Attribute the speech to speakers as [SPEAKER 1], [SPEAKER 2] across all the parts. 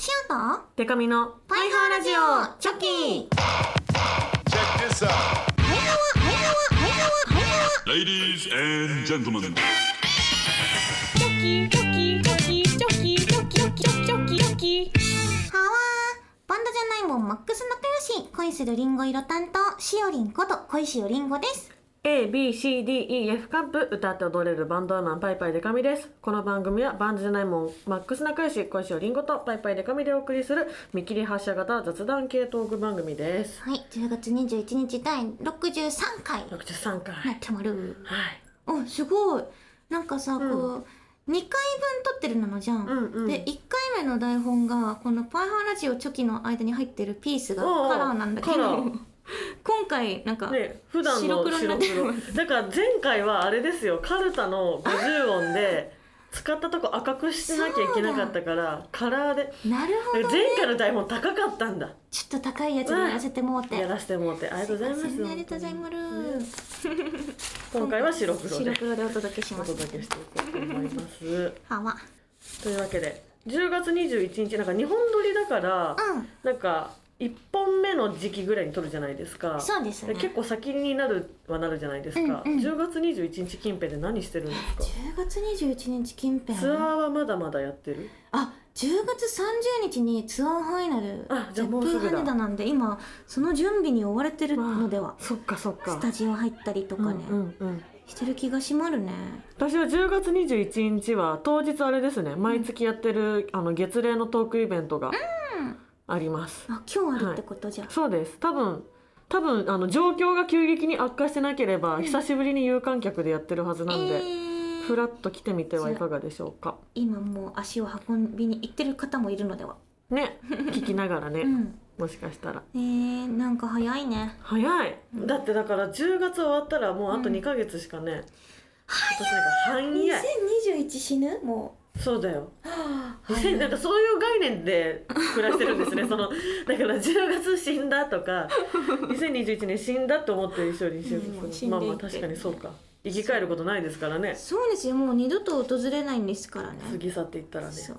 [SPEAKER 1] と
[SPEAKER 2] デカミの
[SPEAKER 1] パイハーラジオチョキ
[SPEAKER 3] Check this out.
[SPEAKER 1] パイハワパイハワパイハワパイハワ
[SPEAKER 3] Ladies and gentlemen.
[SPEAKER 4] チョキチョキチョキチョキチョキチョキチョキチョキ
[SPEAKER 1] はわーバンドじゃないもんマックス仲良し恋するリンゴ色担当しおりんこと恋しおりんごです
[SPEAKER 2] ABCDEF カップ歌って踊れるバンドウーマンパイパイデカミですこの番組はバンドじゃないもんマックス仲良し小石をリンゴとパイパイデカミでお送りする見切り発車型雑談系トーク番組です
[SPEAKER 1] はい10月21日第63回な
[SPEAKER 2] 63回は
[SPEAKER 1] っ
[SPEAKER 2] い、
[SPEAKER 1] てまるおすごいなんかさ、こう2回分撮ってるなのじゃん、
[SPEAKER 2] うんうん
[SPEAKER 1] で1回目の台本がこの「パイハーラジオチョキ」の間に入ってるピースが
[SPEAKER 2] おうおう
[SPEAKER 1] カラーなんだけ
[SPEAKER 2] カラ
[SPEAKER 1] ど
[SPEAKER 2] ー
[SPEAKER 1] 今回なんか、
[SPEAKER 2] で普段の白黒
[SPEAKER 1] 白黒になってます
[SPEAKER 2] だから前回はあれですよカルタの50音で使ったとこ赤くしてなきゃいけなかったからカラーで
[SPEAKER 1] なるほ
[SPEAKER 2] だ
[SPEAKER 1] どね
[SPEAKER 2] から前回の台本高かったんだ
[SPEAKER 1] ちょっと高いやつにやらせてもうて
[SPEAKER 2] やらせてもらってありがとうございます
[SPEAKER 1] すいませんありがとうございます
[SPEAKER 2] 今回は白黒で
[SPEAKER 1] 白黒でお届けし
[SPEAKER 2] お
[SPEAKER 1] ます
[SPEAKER 2] 届けしていこうと思います。
[SPEAKER 1] はわ
[SPEAKER 2] というわけで10月21日なんか2本撮りだから、
[SPEAKER 1] うん
[SPEAKER 2] なんか1本目の時期ぐらいに撮るじゃないですか
[SPEAKER 1] そうですね
[SPEAKER 2] で結構先になるはなるじゃないですか、
[SPEAKER 1] うんうん
[SPEAKER 2] 10月21日近辺で何してるんですか
[SPEAKER 1] 10月21日近辺
[SPEAKER 2] ツアーはまだまだやってる
[SPEAKER 1] あ10月30日にツアーファイナル
[SPEAKER 2] あじゃあ
[SPEAKER 1] 絶
[SPEAKER 2] もうす
[SPEAKER 1] 風
[SPEAKER 2] ぐだ
[SPEAKER 1] 羽田なんで今その準備に追われてるのでは、
[SPEAKER 2] そっかそっか
[SPEAKER 1] スタジオ入ったりとかね、
[SPEAKER 2] うんうんうん
[SPEAKER 1] してる気がしまるね
[SPEAKER 2] 私は10月21日は当日あれですね毎月やってるあの月例のトークイベントがあります、
[SPEAKER 1] あ今日あるってことじゃ、
[SPEAKER 2] そうです多分多分あの状況が急激に悪化してなければ、久しぶりに有観客でやってるはずなんで、
[SPEAKER 1] えー
[SPEAKER 2] ふらっと来てみてはいかがでしょうか
[SPEAKER 1] 今もう足を運びに行ってる方もいるのでは
[SPEAKER 2] ね聞きながらね、
[SPEAKER 1] うん
[SPEAKER 2] もしかしたら
[SPEAKER 1] えー、なんか早いね
[SPEAKER 2] 早い、だってだから10月終わったらもうあと2ヶ月しかね、私なんか早い
[SPEAKER 1] 2021死ぬも
[SPEAKER 2] そうだよ
[SPEAKER 1] うはあ
[SPEAKER 2] 2000なんかそういう概念で暮らしてるんです ねそのだから10月死んだとか2021年死んだと思ってる一緒にしよ
[SPEAKER 1] うんもう
[SPEAKER 2] う
[SPEAKER 1] 死んでいて
[SPEAKER 2] まあまあ確かにそうか生き返ることないですからね
[SPEAKER 1] そうですよもう二度と訪れないんですからね
[SPEAKER 2] 過ぎ去っていったらね
[SPEAKER 1] そう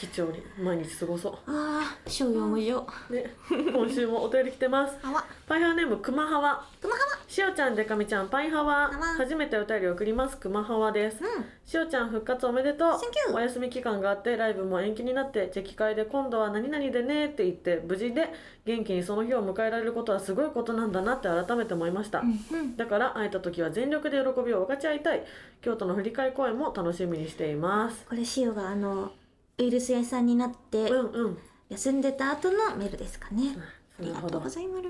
[SPEAKER 2] 貴重に毎日過ごそ
[SPEAKER 1] ああ商業無常
[SPEAKER 2] うね今週もお便り来てます
[SPEAKER 1] あわ
[SPEAKER 2] パイハーネームくまはわ
[SPEAKER 1] くまは
[SPEAKER 2] しおちゃんでかみちゃんパイハワ
[SPEAKER 1] ハワ
[SPEAKER 2] 初めてお便り送りますくまはわです
[SPEAKER 1] わうん
[SPEAKER 2] しおちゃん復活おめでとう
[SPEAKER 1] Thank you
[SPEAKER 2] お休み期間があってライブも延期になってチェキ会で今度は何々でねって言って無事で元気にその日を迎えられることはすごいことなんだなって改めて思いました、
[SPEAKER 1] うんうん
[SPEAKER 2] だから会えた時は全力で喜びを分かち合いたい京都の振り替え公演も楽しみにしています
[SPEAKER 1] これシオがあのウイルス屋さんになって
[SPEAKER 2] うんうん
[SPEAKER 1] 休んでた後のメールですかね、あり
[SPEAKER 2] なる
[SPEAKER 1] が
[SPEAKER 2] ほ
[SPEAKER 1] と
[SPEAKER 2] ど
[SPEAKER 1] うございます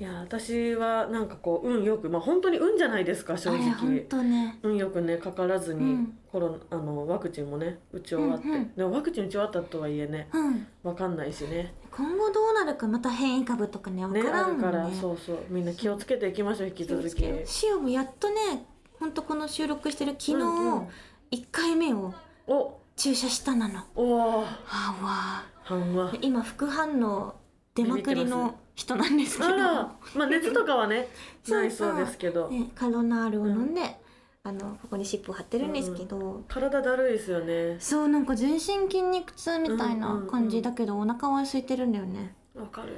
[SPEAKER 2] いや私はなんかこう運よくまあ本当に運じゃないですか正
[SPEAKER 1] あれ本
[SPEAKER 2] 直
[SPEAKER 1] 当ね
[SPEAKER 2] 運よくねかからずに、
[SPEAKER 1] うん
[SPEAKER 2] コロナあのワクチンもね打ち終わって、
[SPEAKER 1] うんうん
[SPEAKER 2] でもワクチン打ち終わったとはいえね
[SPEAKER 1] うん
[SPEAKER 2] わかんないしね
[SPEAKER 1] 今後どうなるかまた変異株とかねわか
[SPEAKER 2] ね
[SPEAKER 1] ら
[SPEAKER 2] あ
[SPEAKER 1] ん
[SPEAKER 2] る
[SPEAKER 1] も
[SPEAKER 2] か
[SPEAKER 1] んね
[SPEAKER 2] らそうそうみんな気をつけていきましょう引き
[SPEAKER 1] 気を
[SPEAKER 2] 続
[SPEAKER 1] つ
[SPEAKER 2] き
[SPEAKER 1] けようシオもやっとね本当この収録してる昨日、
[SPEAKER 2] うんうん
[SPEAKER 1] 1回目を
[SPEAKER 2] お
[SPEAKER 1] 注射したなの
[SPEAKER 2] おー
[SPEAKER 1] あ
[SPEAKER 2] 半
[SPEAKER 1] わ
[SPEAKER 2] は
[SPEAKER 1] で今副反応出まくりの人なんですけ
[SPEAKER 2] あ
[SPEAKER 1] ど
[SPEAKER 2] らまあ熱とかはね
[SPEAKER 1] そうそう
[SPEAKER 2] ないそうですけど、
[SPEAKER 1] ね、カロナールを飲んで、あのここに湿布を貼ってるんですけど、
[SPEAKER 2] 体だるいですよね
[SPEAKER 1] そうなんか全身筋肉痛みたいな感じだけど、お腹は空いてるんだよね
[SPEAKER 2] わかる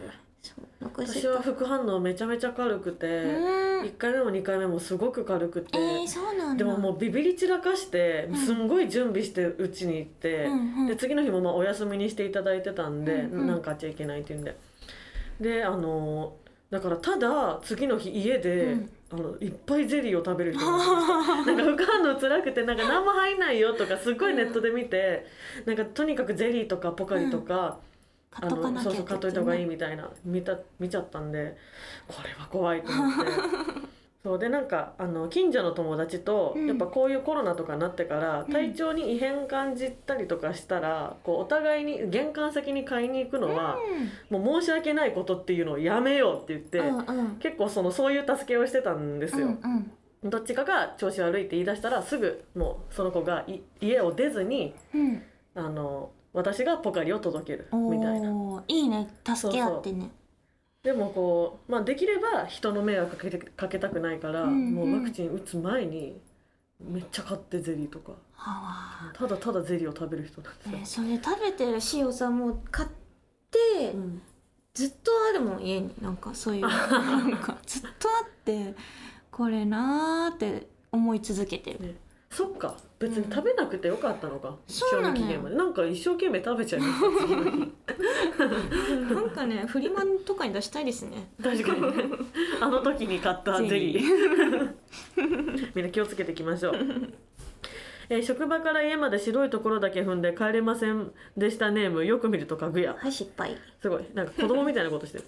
[SPEAKER 1] そうお腹空い
[SPEAKER 2] 私
[SPEAKER 1] た
[SPEAKER 2] は副反応めちゃめちゃ軽くて、
[SPEAKER 1] うん
[SPEAKER 2] 一1回目も2回目もすごく軽くて、
[SPEAKER 1] えー、そうなんだ
[SPEAKER 2] でももうビビり散らかして
[SPEAKER 1] ん
[SPEAKER 2] すんごい準備してうちに行って、
[SPEAKER 1] うんうん
[SPEAKER 2] で次の日もまあお休みにしていただいてたんで、
[SPEAKER 1] うんうん
[SPEAKER 2] なんかあっちゃいけないっていうんでであのーだからただ次の日家で、
[SPEAKER 1] うん
[SPEAKER 2] あのいっぱいゼリーを食べる人がいまし たなんか副反応辛くてなんか何も入んないよとかすっごいネットで見て、なんかとにかくゼリーとかポカリとか、
[SPEAKER 1] 買っとかなきゃ
[SPEAKER 2] そうそう買っといた方がいい
[SPEAKER 1] ね
[SPEAKER 2] みたいな見た見ちゃったんでこれは怖いと 思ってそうでなんかあの近所の友達と、
[SPEAKER 1] うん
[SPEAKER 2] やっぱこういうコロナとかになってから
[SPEAKER 1] うん
[SPEAKER 2] 体調に異変感じたりとかしたら、こうお互いに玄関先に買いに行くのは、もう申し訳ないことっていうのをやめようって言って、
[SPEAKER 1] うんうんうん
[SPEAKER 2] 結構そのそういう助けをしてたんですよ。
[SPEAKER 1] うんうん
[SPEAKER 2] どっちかが調子悪いって言い出したらすぐもうその子がい家を出ずに
[SPEAKER 1] うん
[SPEAKER 2] あの私がポカリを届ける
[SPEAKER 1] お
[SPEAKER 2] みたいな。
[SPEAKER 1] ーいいね助け合ってね
[SPEAKER 2] でもこう、まあ、できれば人の迷惑かけてかけたくないから、
[SPEAKER 1] うんうん
[SPEAKER 2] もうワクチン打つ前にめっちゃ買ってゼリーとか
[SPEAKER 1] あ
[SPEAKER 2] ただただゼリーを食べる人なんです
[SPEAKER 1] わ
[SPEAKER 2] よ
[SPEAKER 1] ね、それ食べてるしおさもう買って、
[SPEAKER 2] うん
[SPEAKER 1] ずっとあるもん家になんか そういうなんかずっとあってこれなーって思い続けてる
[SPEAKER 2] そっか別に食べなくてよかったのか、
[SPEAKER 1] そうなのよ
[SPEAKER 2] 賞味期限までなんか一生懸命食べちゃいました 次の日
[SPEAKER 1] なんかねフリマとかに出したいですね
[SPEAKER 2] 確かに ねあの時に買ったゼリー みんな気をつけていきましょうえー職場から家まで白いところだけ踏んで帰れませんでしたネームよく見るとかぐや
[SPEAKER 1] はい失敗
[SPEAKER 2] すごいなんか子供みたいなことしてる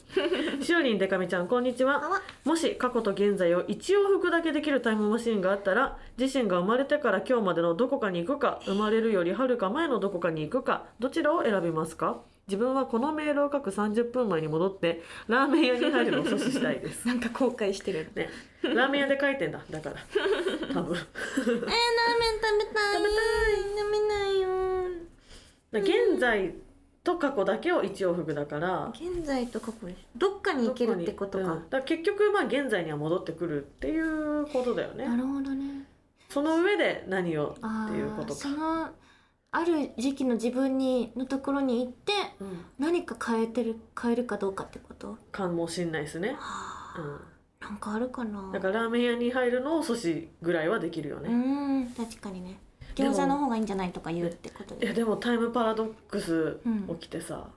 [SPEAKER 2] しおりんでかみちゃんこんにちは
[SPEAKER 1] あわ
[SPEAKER 2] もし過去と現在を一往復だけできるタイムマシンがあったら自身が生まれてから今日までのどこかに行くか生まれるよりはるか前のどこかに行くかどちらを選びますか自分はこのメールを書く30分前に戻ってラーメン屋に入るのを阻止したいです
[SPEAKER 1] なんか後悔してる
[SPEAKER 2] ねラーメン屋で書いてんだだから多分
[SPEAKER 1] えー、ラーメン食べたい食べないよ
[SPEAKER 2] 現在と過去だけを一往復だから
[SPEAKER 1] 現在と過去ですどっかに行けるってことか
[SPEAKER 2] うんだら結局まあ現在には戻ってくるっていうことだよ
[SPEAKER 1] な
[SPEAKER 2] ね
[SPEAKER 1] るほどね
[SPEAKER 2] その上で何を
[SPEAKER 1] あ
[SPEAKER 2] っていうこ
[SPEAKER 1] ー
[SPEAKER 2] とか
[SPEAKER 1] そ、のある時期の自分にのところに行って
[SPEAKER 2] うん、
[SPEAKER 1] 何か変えてる変えるかどうかってこと
[SPEAKER 2] かもしんないですね、
[SPEAKER 1] はあ
[SPEAKER 2] う、
[SPEAKER 1] なんかあるかなん
[SPEAKER 2] だからラーメン屋に入るのを阻止ぐらいはできるよ
[SPEAKER 1] う
[SPEAKER 2] ね、
[SPEAKER 1] ーん確かにね
[SPEAKER 2] でも
[SPEAKER 1] 餃子の方がいいんじゃないとか言うってこと
[SPEAKER 2] いや
[SPEAKER 1] で
[SPEAKER 2] でもタイムパラドックス起きてさ、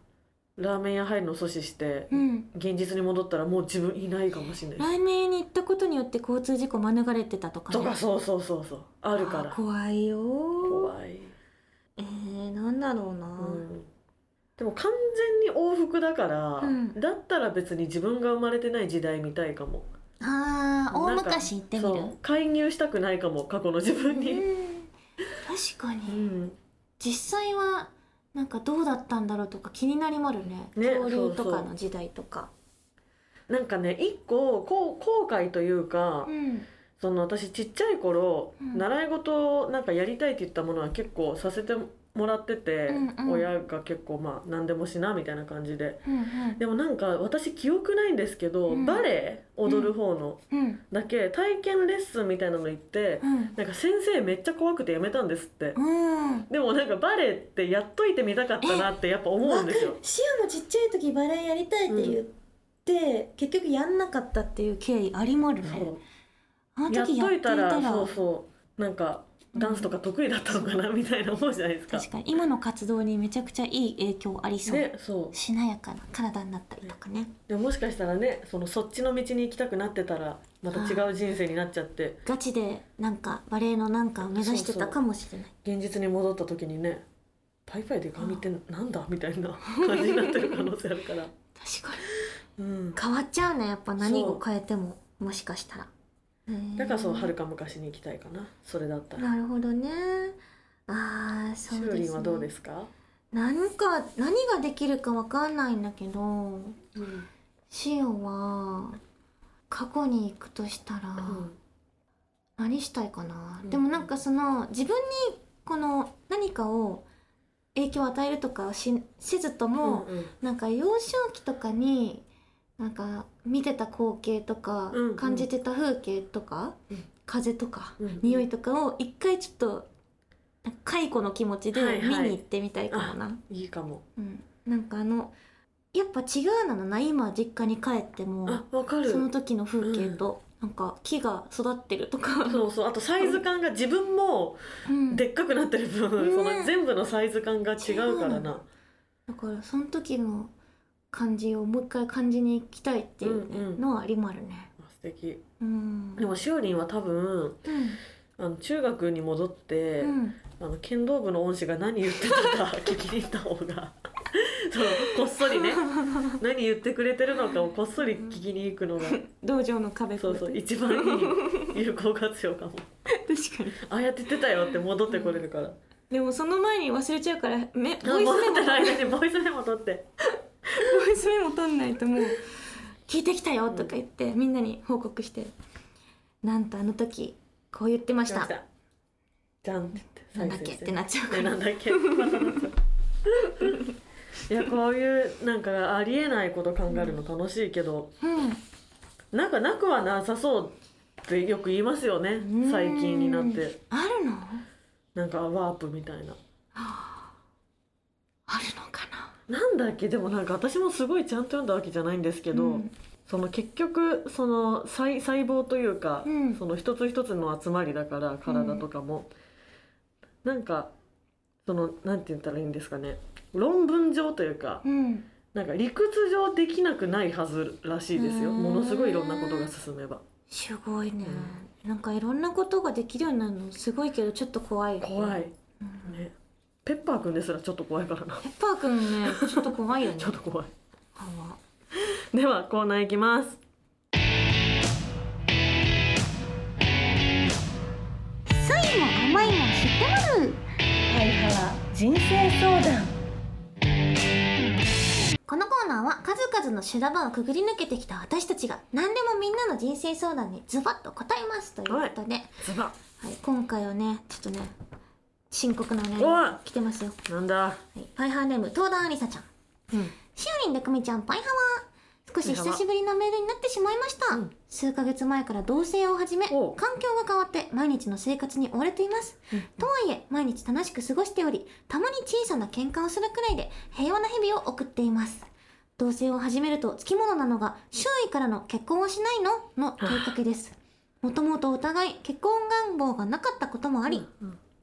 [SPEAKER 2] ラーメン屋入るのを阻止して、
[SPEAKER 1] うん
[SPEAKER 2] 現実に戻ったらもう自分いないかもしんない
[SPEAKER 1] ラ
[SPEAKER 2] し
[SPEAKER 1] ーメン屋に行ったことによって交通事故免れてたとか
[SPEAKER 2] と
[SPEAKER 1] ね
[SPEAKER 2] かそうそうそうそうあるか
[SPEAKER 1] あー
[SPEAKER 2] ら
[SPEAKER 1] 怖いよー
[SPEAKER 2] 怖い、
[SPEAKER 1] えー、なんだろうな、
[SPEAKER 2] うんでも完全に往復だから、
[SPEAKER 1] うん
[SPEAKER 2] だったら別に自分が生まれてない時代見たいかも
[SPEAKER 1] あー大
[SPEAKER 2] なんか
[SPEAKER 1] 昔行ってみる
[SPEAKER 2] そう介入したくないかも過去の自分に、
[SPEAKER 1] うん確か
[SPEAKER 2] う
[SPEAKER 1] に
[SPEAKER 2] ん、
[SPEAKER 1] 実際はなんかどうだったんだろうとか気になりまるね
[SPEAKER 2] ね
[SPEAKER 1] 恐竜と
[SPEAKER 2] そ
[SPEAKER 1] か
[SPEAKER 2] うそ
[SPEAKER 1] の時代とか
[SPEAKER 2] なんかね一個こう後悔というか、
[SPEAKER 1] うん
[SPEAKER 2] その私ちっちゃい頃、
[SPEAKER 1] うん
[SPEAKER 2] 習い事をなんかやりたいって言ったものは結構させてもらってて、
[SPEAKER 1] うんうん
[SPEAKER 2] 親が結構まあ何でもしなみたいな感じで
[SPEAKER 1] うんうん
[SPEAKER 2] でもなんか私記憶ないんですけど、
[SPEAKER 1] うん
[SPEAKER 2] バレエ踊る方の
[SPEAKER 1] うん
[SPEAKER 2] だけ体験レッスンみたいなの行って、
[SPEAKER 1] うん
[SPEAKER 2] なんか先生めっちゃ怖くてやめたんですって、
[SPEAKER 1] うん
[SPEAKER 2] でもなんかバレエってやっといてみたかったなってやっぱ思うんですよ
[SPEAKER 1] シアもちっちゃい時バレエやりたいって言って、結局やんなかったっていう経緯ありまるね
[SPEAKER 2] そう
[SPEAKER 1] あの
[SPEAKER 2] やっ
[SPEAKER 1] 時やっ
[SPEAKER 2] と
[SPEAKER 1] て
[SPEAKER 2] い
[SPEAKER 1] いた
[SPEAKER 2] た
[SPEAKER 1] ら
[SPEAKER 2] らそうそうなんかダンスとか得意だったのかな、みたいな思うじゃないですか。
[SPEAKER 1] 確かに今の活動にめちゃくちゃいい影響ありそう、
[SPEAKER 2] ね、そう
[SPEAKER 1] しなやかな体になったりとかね
[SPEAKER 2] でももしかしたらねそのそっちの道に行きたくなってたらまた違う人生になっちゃって
[SPEAKER 1] ガチでなんかバレエのなんかを目指してたかもしれない
[SPEAKER 2] 現実に戻った時にね「パイパイで髪ってなんだ?」みたいな感じになってる可能性あるから、
[SPEAKER 1] 確か
[SPEAKER 2] うん、
[SPEAKER 1] に変わっ ちゃうねやっぱ何を変えてももしかしたらへー
[SPEAKER 2] だからそうはるか昔に行きたいかなそれだったら。
[SPEAKER 1] なるほどねあーそ
[SPEAKER 2] し
[SPEAKER 1] う
[SPEAKER 2] お
[SPEAKER 1] で
[SPEAKER 2] り
[SPEAKER 1] す
[SPEAKER 2] ん
[SPEAKER 1] ね
[SPEAKER 2] はどうですか、
[SPEAKER 1] なんか何ができるかわかんないんだけど
[SPEAKER 2] うん
[SPEAKER 1] シオは過去に行くとしたら、何したいかな、
[SPEAKER 2] うん
[SPEAKER 1] でもなんかその自分にこの何かを影響を与えるとかはしせずとも、
[SPEAKER 2] うんうん
[SPEAKER 1] なんか幼少期とかになんか見てた光景とか、
[SPEAKER 2] うんうん
[SPEAKER 1] 感じてた風景とか、
[SPEAKER 2] うん
[SPEAKER 1] 風とか、
[SPEAKER 2] うんうん
[SPEAKER 1] 匂いとかを一回ちょっとなんか解雇の気持ちで
[SPEAKER 2] はい
[SPEAKER 1] 見
[SPEAKER 2] は
[SPEAKER 1] に
[SPEAKER 2] い
[SPEAKER 1] 行ってみたいかもな、
[SPEAKER 2] いいかも。
[SPEAKER 1] うん、なんかあのやっぱ違うなのな今実家に帰っても
[SPEAKER 2] あわかる
[SPEAKER 1] その時の風景と、なんか木が育ってるとか、
[SPEAKER 2] そうそうあとサイズ感が自分も
[SPEAKER 1] うん
[SPEAKER 2] でっかくなってる分、
[SPEAKER 1] ね
[SPEAKER 2] その全部のサイズ感が違うからな。
[SPEAKER 1] だからその時の感じをもう一回感じに行きたいっていうね
[SPEAKER 2] うんうん
[SPEAKER 1] のはありまるね。
[SPEAKER 2] あ素敵
[SPEAKER 1] うん。
[SPEAKER 2] でもしおりんは多分
[SPEAKER 1] うん
[SPEAKER 2] あの中学に戻って、
[SPEAKER 1] うん
[SPEAKER 2] あの剣道部の恩師が何言ってたか聞きに行った方が そうこっそり ね何言ってくれてるのかをこっそり聞きに行くのが、
[SPEAKER 1] 道場の壁
[SPEAKER 2] そ うそう一番い い有効活用かも
[SPEAKER 1] 確かに
[SPEAKER 2] ああやって言ってたよって戻ってこれるから、
[SPEAKER 1] でもその前に忘れちゃうからめ
[SPEAKER 2] あ戻 ってる間にボイスメモ取って
[SPEAKER 1] ボイスメモ取んないともう聞いてきたよとか言って、みんなに報告してなんとあの時こう言ってました
[SPEAKER 2] 来ましたじゃんって
[SPEAKER 1] な
[SPEAKER 2] 言
[SPEAKER 1] ん
[SPEAKER 2] って
[SPEAKER 1] だっけっ
[SPEAKER 2] 再生して
[SPEAKER 1] てなっちゃうか
[SPEAKER 2] ね、
[SPEAKER 1] ら
[SPEAKER 2] なんだっけ いやこういうなんかありえないこと考えるの楽しいけど、
[SPEAKER 1] うん
[SPEAKER 2] なんかなくはなさそうってよく言いますよね
[SPEAKER 1] うん
[SPEAKER 2] 最近になって
[SPEAKER 1] あるの
[SPEAKER 2] なんかワープみたいな
[SPEAKER 1] あるのかな
[SPEAKER 2] なんだっけでもなんか私もすごいちゃんと読んだわけじゃないんですけど、
[SPEAKER 1] うん
[SPEAKER 2] その結局その細細胞というか、
[SPEAKER 1] うん
[SPEAKER 2] その一つ一つの集まりだから体とかも、なんかそのなんて言ったらいいんですかね論文上というか、
[SPEAKER 1] うん
[SPEAKER 2] なんか理屈上できなくないはずらしいですよ
[SPEAKER 1] うーん
[SPEAKER 2] ものすごいいろんなことが進めば
[SPEAKER 1] すごいね、なんかいろんなことができるようになるのすごいけどちょっと怖い
[SPEAKER 2] 怖い、
[SPEAKER 1] ペ
[SPEAKER 2] ねペッパーくんですらちょっと怖いからな
[SPEAKER 1] ッパーくんねちょっと怖いよね
[SPEAKER 2] ちょっと怖い
[SPEAKER 1] あわ
[SPEAKER 2] ではコーナーいきます
[SPEAKER 5] 酸いも甘いも知ってまるはいは人生相談
[SPEAKER 1] このコーナーは数々の修羅場をくぐり抜けてきた私たちが何でもみんなの人生相談にズバッと答えますということで、はい
[SPEAKER 2] ズバ
[SPEAKER 1] 今回はねちょっとね深刻なお悩み
[SPEAKER 2] おい
[SPEAKER 1] が来てますよ、
[SPEAKER 2] ッなんだ
[SPEAKER 1] はい、パイハーネーム東田ありさちゃん
[SPEAKER 2] うん
[SPEAKER 1] しおりんでくみちゃんパイハワ少し久しぶりのメールになってしまいました、
[SPEAKER 2] うん
[SPEAKER 1] 数ヶ月前から同棲を始め
[SPEAKER 2] お
[SPEAKER 1] 環
[SPEAKER 2] う
[SPEAKER 1] 境が変わって毎日の生活に追われています、
[SPEAKER 2] うん
[SPEAKER 1] とはいえ毎日楽しく過ごしておりたまに小さな喧嘩をするくらいで平和な日々を送っています同棲を始めるとつきものなのが周囲からの結婚をしないのの問いかけですもともとお互い結婚願望がなかったこともあり、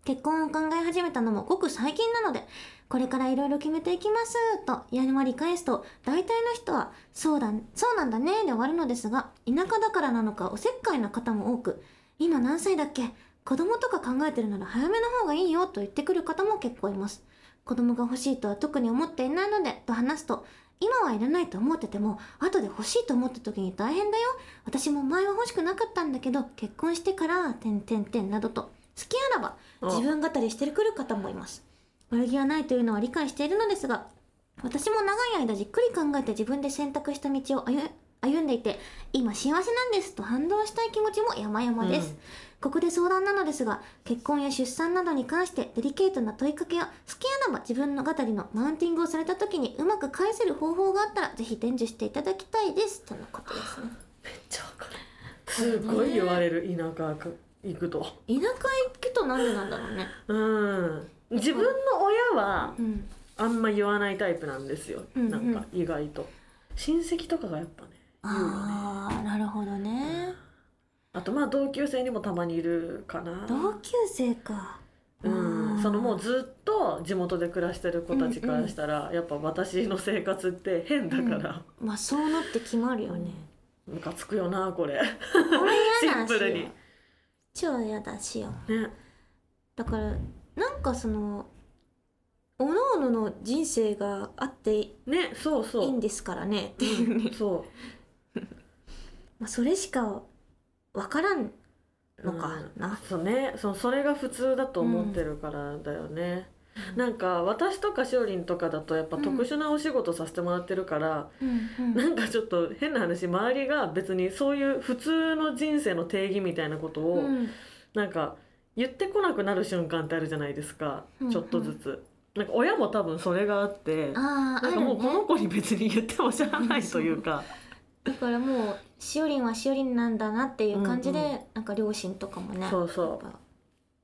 [SPEAKER 1] 結婚を考え始めたのもごく最近なので、これからいろいろ決めていきますと、やんわり返すと、大体の人は、そうだ、そうなんだねで終わるのですが、田舎だからなのかおせっかいな方も多く、今何歳だっけ子供とか考えてるなら早めの方がいいよと言ってくる方も結構います。子供が欲しいとは特に思っていないので、と話すと、今はいらないと思ってても、後で欲しいと思った時に大変だよ。私も前は欲しくなかったんだけど、結婚してから、てんてんてんなどと、好きあらば、
[SPEAKER 2] あ
[SPEAKER 1] 自分語りしてくる方もいます。悪気はないというのは理解しているのですが、私も長い間じっくり考えて自分で選択した道を歩歩んでいて、今幸せなんですと反論したい気持ちも山々です。
[SPEAKER 2] うん
[SPEAKER 1] ここで相談なのですが、結婚や出産などに関してデリケートな問いかけや、好きあらば自分の語りのマウンティングをされた時にうまく返せる方法があったら、ぜひ伝授していただきたいです。とのことですね。
[SPEAKER 2] めっちゃわかるすごい言われる田舎行くと
[SPEAKER 1] 田舎行くとなんでなんだろうね。
[SPEAKER 2] うん自分の親は
[SPEAKER 1] うん。
[SPEAKER 2] あんま言わないタイプなんですよ、
[SPEAKER 1] うんうん
[SPEAKER 2] なんか意外と親戚とかがやっぱね言うよね
[SPEAKER 1] ああ、なるほどね。
[SPEAKER 2] あとまあ同級生にもたまにいるかな
[SPEAKER 1] 同級生か。
[SPEAKER 2] うん、
[SPEAKER 1] あー
[SPEAKER 2] そのもうずっと地元で暮らしてる子たちからしたら、やっぱ私の生活って変だから、
[SPEAKER 1] まあそうなって決まるよね。
[SPEAKER 2] ムカつくよなこれ
[SPEAKER 1] これ嫌だし。
[SPEAKER 2] シンプルに
[SPEAKER 1] 超嫌だしよ。
[SPEAKER 2] ね
[SPEAKER 1] だからなんかその各々の人生があってい
[SPEAKER 2] ねそうそう
[SPEAKER 1] いんですからね。
[SPEAKER 2] うんそ
[SPEAKER 1] まあそれしかわからん
[SPEAKER 2] う
[SPEAKER 1] のかな。
[SPEAKER 2] そうねそそれが普通だと思ってるからだよね、なんか私とかしおりんとかだとやっぱ
[SPEAKER 1] うん
[SPEAKER 2] 特殊なお仕事させてもらってるから、
[SPEAKER 1] うん
[SPEAKER 2] なんかちょっと変な話周りが別にそういう普通の人生の定義みたいなこと
[SPEAKER 1] う
[SPEAKER 2] を、
[SPEAKER 1] ん。
[SPEAKER 2] なんか言ってこなくなる瞬間ってあるじゃないですか、
[SPEAKER 1] うんうん
[SPEAKER 2] ちょっとずつなんか親も多分それがあって
[SPEAKER 1] あ
[SPEAKER 2] なん
[SPEAKER 1] ああ
[SPEAKER 2] か
[SPEAKER 1] る
[SPEAKER 2] もうこの
[SPEAKER 1] ね。
[SPEAKER 2] 子に別に言ってもしゃあないというか、
[SPEAKER 1] だからもうしおりんはしおりんなんだなっていう感じで、
[SPEAKER 2] うんう
[SPEAKER 1] なんか両親とかもね。
[SPEAKER 2] そうそう
[SPEAKER 1] やっぱ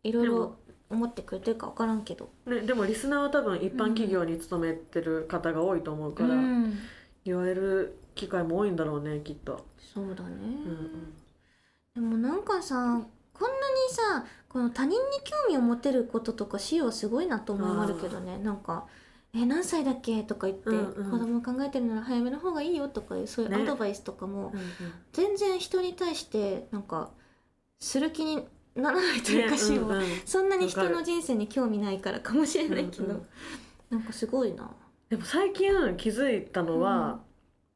[SPEAKER 1] いろい
[SPEAKER 2] で
[SPEAKER 1] ろ
[SPEAKER 2] も
[SPEAKER 1] 思ってくれてるかわからんけど。
[SPEAKER 2] ね、でもリスナーは多分一般企業に勤めてる方が多いと思うから、
[SPEAKER 1] うん。
[SPEAKER 2] 言われる機会も多いんだろうねきっと。
[SPEAKER 1] そうだね。
[SPEAKER 2] うんうん
[SPEAKER 1] でもなんかさこんなにさこの他人に興味を持てることとかしようすごいなと思われるけどねなんか「え何歳だっけ?」とか言って、
[SPEAKER 2] うんうん
[SPEAKER 1] 子供考えてるなら早めの方がいいよ」とかいうそういう
[SPEAKER 2] ね
[SPEAKER 1] アドバイスとかも、
[SPEAKER 2] うんうん
[SPEAKER 1] 全然人に対してなんかする気にならないというかしよう、
[SPEAKER 2] ねうんうん
[SPEAKER 1] そんなに人の人生に興味ないからかもしれないけど、
[SPEAKER 2] うんうん
[SPEAKER 1] なんかすごいな。
[SPEAKER 2] でも最近気づいたのは、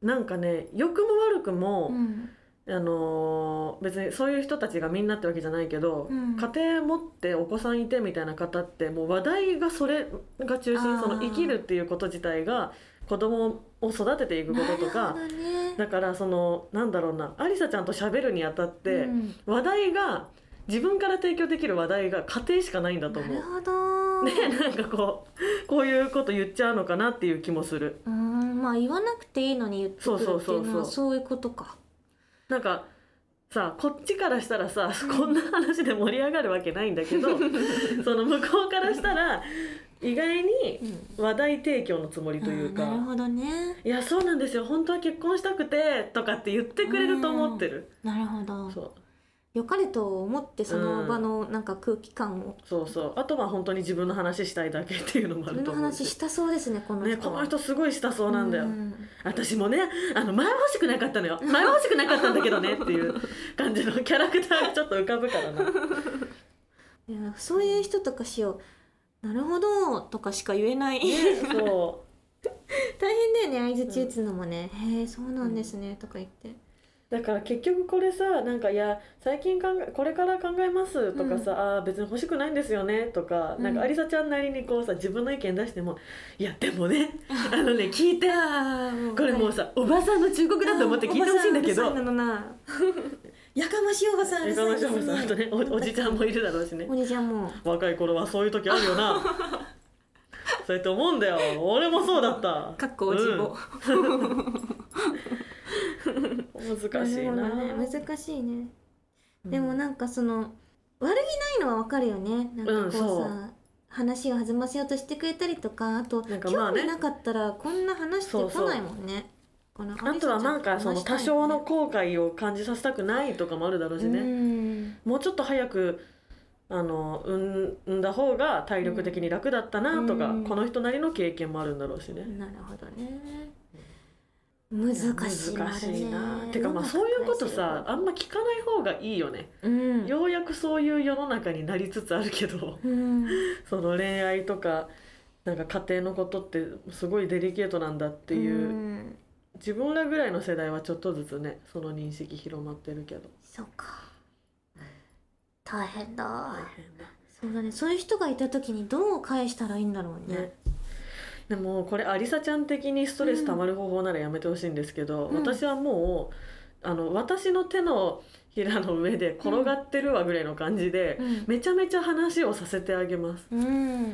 [SPEAKER 2] なんかね良くも悪くも、
[SPEAKER 1] うん
[SPEAKER 2] あのー別にそういう人たちがみんなってわけじゃないけど、
[SPEAKER 1] うん
[SPEAKER 2] 家庭持ってお子さんいてみたいな方ってもう話題がそれが中
[SPEAKER 1] あ
[SPEAKER 2] 心
[SPEAKER 1] ー
[SPEAKER 2] その生きるっていうこと自体が子供を育てていくことと
[SPEAKER 1] な
[SPEAKER 2] か
[SPEAKER 1] るほどね
[SPEAKER 2] だからそのなんだろうなありさちゃんと喋るにあたって、
[SPEAKER 1] うん
[SPEAKER 2] 話題が自分から提供できる話題が家庭しかないんだと
[SPEAKER 1] な
[SPEAKER 2] 思う
[SPEAKER 1] る。ほど、
[SPEAKER 2] ね、なんかこうこういうこと言っちゃうのかなっていう気もする
[SPEAKER 1] うーんまあ言わなくていいのに言ってくるっていうのは
[SPEAKER 2] そうそうそうそう
[SPEAKER 1] そういうことか。
[SPEAKER 2] なんかさこっちからしたらさ、こんな話で盛り上がるわけないんだけ どその向こうからしたら意外に話題提供のつもりというか。
[SPEAKER 1] あーなるほどね
[SPEAKER 2] いやそうなんですよ本当は結婚したくてとかって言ってくれると思ってる、
[SPEAKER 1] なるほど
[SPEAKER 2] そう
[SPEAKER 1] 良かれと思ってその場のなんか空気感を
[SPEAKER 2] そうそうあとは本当に自分の話したいだけっていうのもあ
[SPEAKER 1] 自分
[SPEAKER 2] ると
[SPEAKER 1] の
[SPEAKER 2] 思う
[SPEAKER 1] 話したそうですねこの
[SPEAKER 2] ね
[SPEAKER 1] 人
[SPEAKER 2] こ
[SPEAKER 1] は
[SPEAKER 2] の人すごいしたそうなんだよ、
[SPEAKER 1] うん
[SPEAKER 2] 私もねあの前は欲しくなかったのよ前は欲しくなかったんだけどねっていう感じのキャラクターがちょっと浮かぶか らな
[SPEAKER 1] いやそういう人とかしようなるほどとかしか言えない大 変
[SPEAKER 2] そ
[SPEAKER 1] だよね相づち打つのもね、へえそうなんですね、とか言って
[SPEAKER 2] うだから結局これさなんか「いや最近考えこれから考えます」とかさ「あー別に欲しくないんですよね」とか、
[SPEAKER 1] うん
[SPEAKER 2] なんかありさちゃんなりにこうさ自分の意見出しても「いやでも ねあのね聞いて
[SPEAKER 1] ああ
[SPEAKER 2] これもうさおばさんの忠告だと思って聞いてほしいんだけど
[SPEAKER 1] そうなのな やかましいおばさんうる
[SPEAKER 2] 中
[SPEAKER 1] さいで
[SPEAKER 2] 村
[SPEAKER 1] す
[SPEAKER 2] 翔
[SPEAKER 1] ね
[SPEAKER 2] 吾さんとねおおじちゃんもいるだろうしね
[SPEAKER 1] おじちゃんも
[SPEAKER 2] 若い頃はそういう時あるよ なそうやって思うんだよ俺もそうだった
[SPEAKER 1] かっこおじぼ、
[SPEAKER 2] うん難しい
[SPEAKER 1] な
[SPEAKER 2] な
[SPEAKER 1] るほどね難しいね、
[SPEAKER 2] うん
[SPEAKER 1] でもなんかその悪気ないのはわかるよねなんかこうさ、
[SPEAKER 2] うん
[SPEAKER 1] 話を弾ませようとしてくれたりとかあと
[SPEAKER 2] なんかまあね
[SPEAKER 1] 興味なかったらこんな話してこないもんねこの
[SPEAKER 2] あとはなんかその
[SPEAKER 1] 話したい
[SPEAKER 2] 多少の後悔を感じさせたくないとかもあるだろうしね、
[SPEAKER 1] うん
[SPEAKER 2] もうちょっと早くあの産ん産んだ方が体力的に楽だったなとか、
[SPEAKER 1] うん
[SPEAKER 2] この人なりの経験もあるんだろうしね、
[SPEAKER 1] なるほどね難しいのあるね
[SPEAKER 2] てかまあそういうことさあんま聞かない方がいいよね、
[SPEAKER 1] うん、
[SPEAKER 2] ようやくそういう世の中になりつつあるけど
[SPEAKER 1] うん、
[SPEAKER 2] その恋愛とかなんか家庭のことってすごいデリケートなんだっていう、
[SPEAKER 1] ん
[SPEAKER 2] 自分らぐらいの世代はちょっとずつねその認識広まってるけど
[SPEAKER 1] そうか大変だ、
[SPEAKER 2] 大変だ
[SPEAKER 1] そうだねそういう人がいた時にどう返したらいいんだろうね
[SPEAKER 2] ねでもこれありさちゃん的にストレスたまる方法ならやめてほしいんですけど、
[SPEAKER 1] うん
[SPEAKER 2] 私はもうあの私の手のひらの上で転がってるわぐらいの感じで、
[SPEAKER 1] うん
[SPEAKER 2] めちゃめちゃ話をさせてあげます。
[SPEAKER 1] うん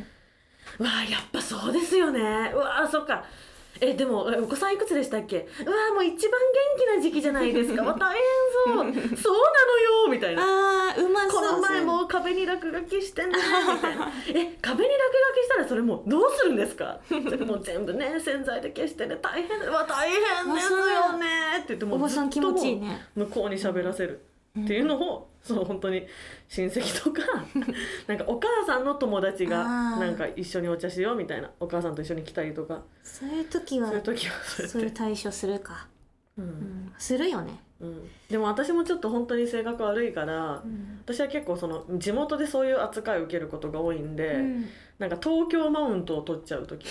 [SPEAKER 2] わあやっぱそうですよねうわあそっかえでもえお子さんいくつでしたっけうわあもう一番元気な時期じゃないですかまあ大 変そうそうなのよみたいな
[SPEAKER 1] あーうまそ
[SPEAKER 2] こ
[SPEAKER 1] う
[SPEAKER 2] の前もう壁に落書きしてね みたいなえ壁に落書きしたらそれもうどうするんですかもう全部ね洗剤で消してね大変うわ大変ですよねって言っても
[SPEAKER 1] お
[SPEAKER 2] う
[SPEAKER 1] ば
[SPEAKER 2] ず
[SPEAKER 1] さ
[SPEAKER 2] っ
[SPEAKER 1] ん気
[SPEAKER 2] とも
[SPEAKER 1] 持
[SPEAKER 2] う
[SPEAKER 1] ちいいね
[SPEAKER 2] 向こうに喋らせるっていうのを、その本当に親戚 とかなんかお母さんの友達が
[SPEAKER 1] あー
[SPEAKER 2] なんか一緒にお茶しようみたいなお母さんと一緒に来たりとか
[SPEAKER 1] そういう時は
[SPEAKER 2] そういう時はそうやっ
[SPEAKER 1] そ
[SPEAKER 2] て
[SPEAKER 1] ういう対処するか、
[SPEAKER 2] う
[SPEAKER 1] うんん、するよね、
[SPEAKER 2] うん、でも私もちょっと本当に性格悪いから、私は結構その地元でそういう扱いを受けることが多いんで、
[SPEAKER 1] うん
[SPEAKER 2] なんか東京マウントを取っちゃう 時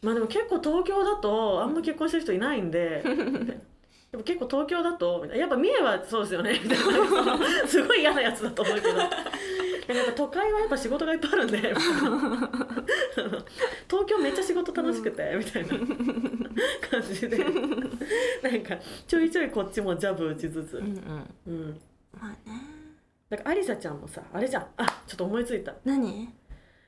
[SPEAKER 2] まあでも結構東京だとあんま結婚してる人いないんででも結構東京だとみたいなやっぱ三重はそうですよねみ たいなすごい嫌なやつだと思うけどなんかやっぱ都会はやっぱ仕事がいっぱいあるんで みたいな東京めっちゃ仕事楽しくて、みたいな感じでなんかちょいちょいこっちもジャブ打ちつつ
[SPEAKER 1] う、んうん
[SPEAKER 2] うん、
[SPEAKER 1] まあね
[SPEAKER 2] なんかありさちゃんもさあれじゃんあちょっと思いついた
[SPEAKER 1] 何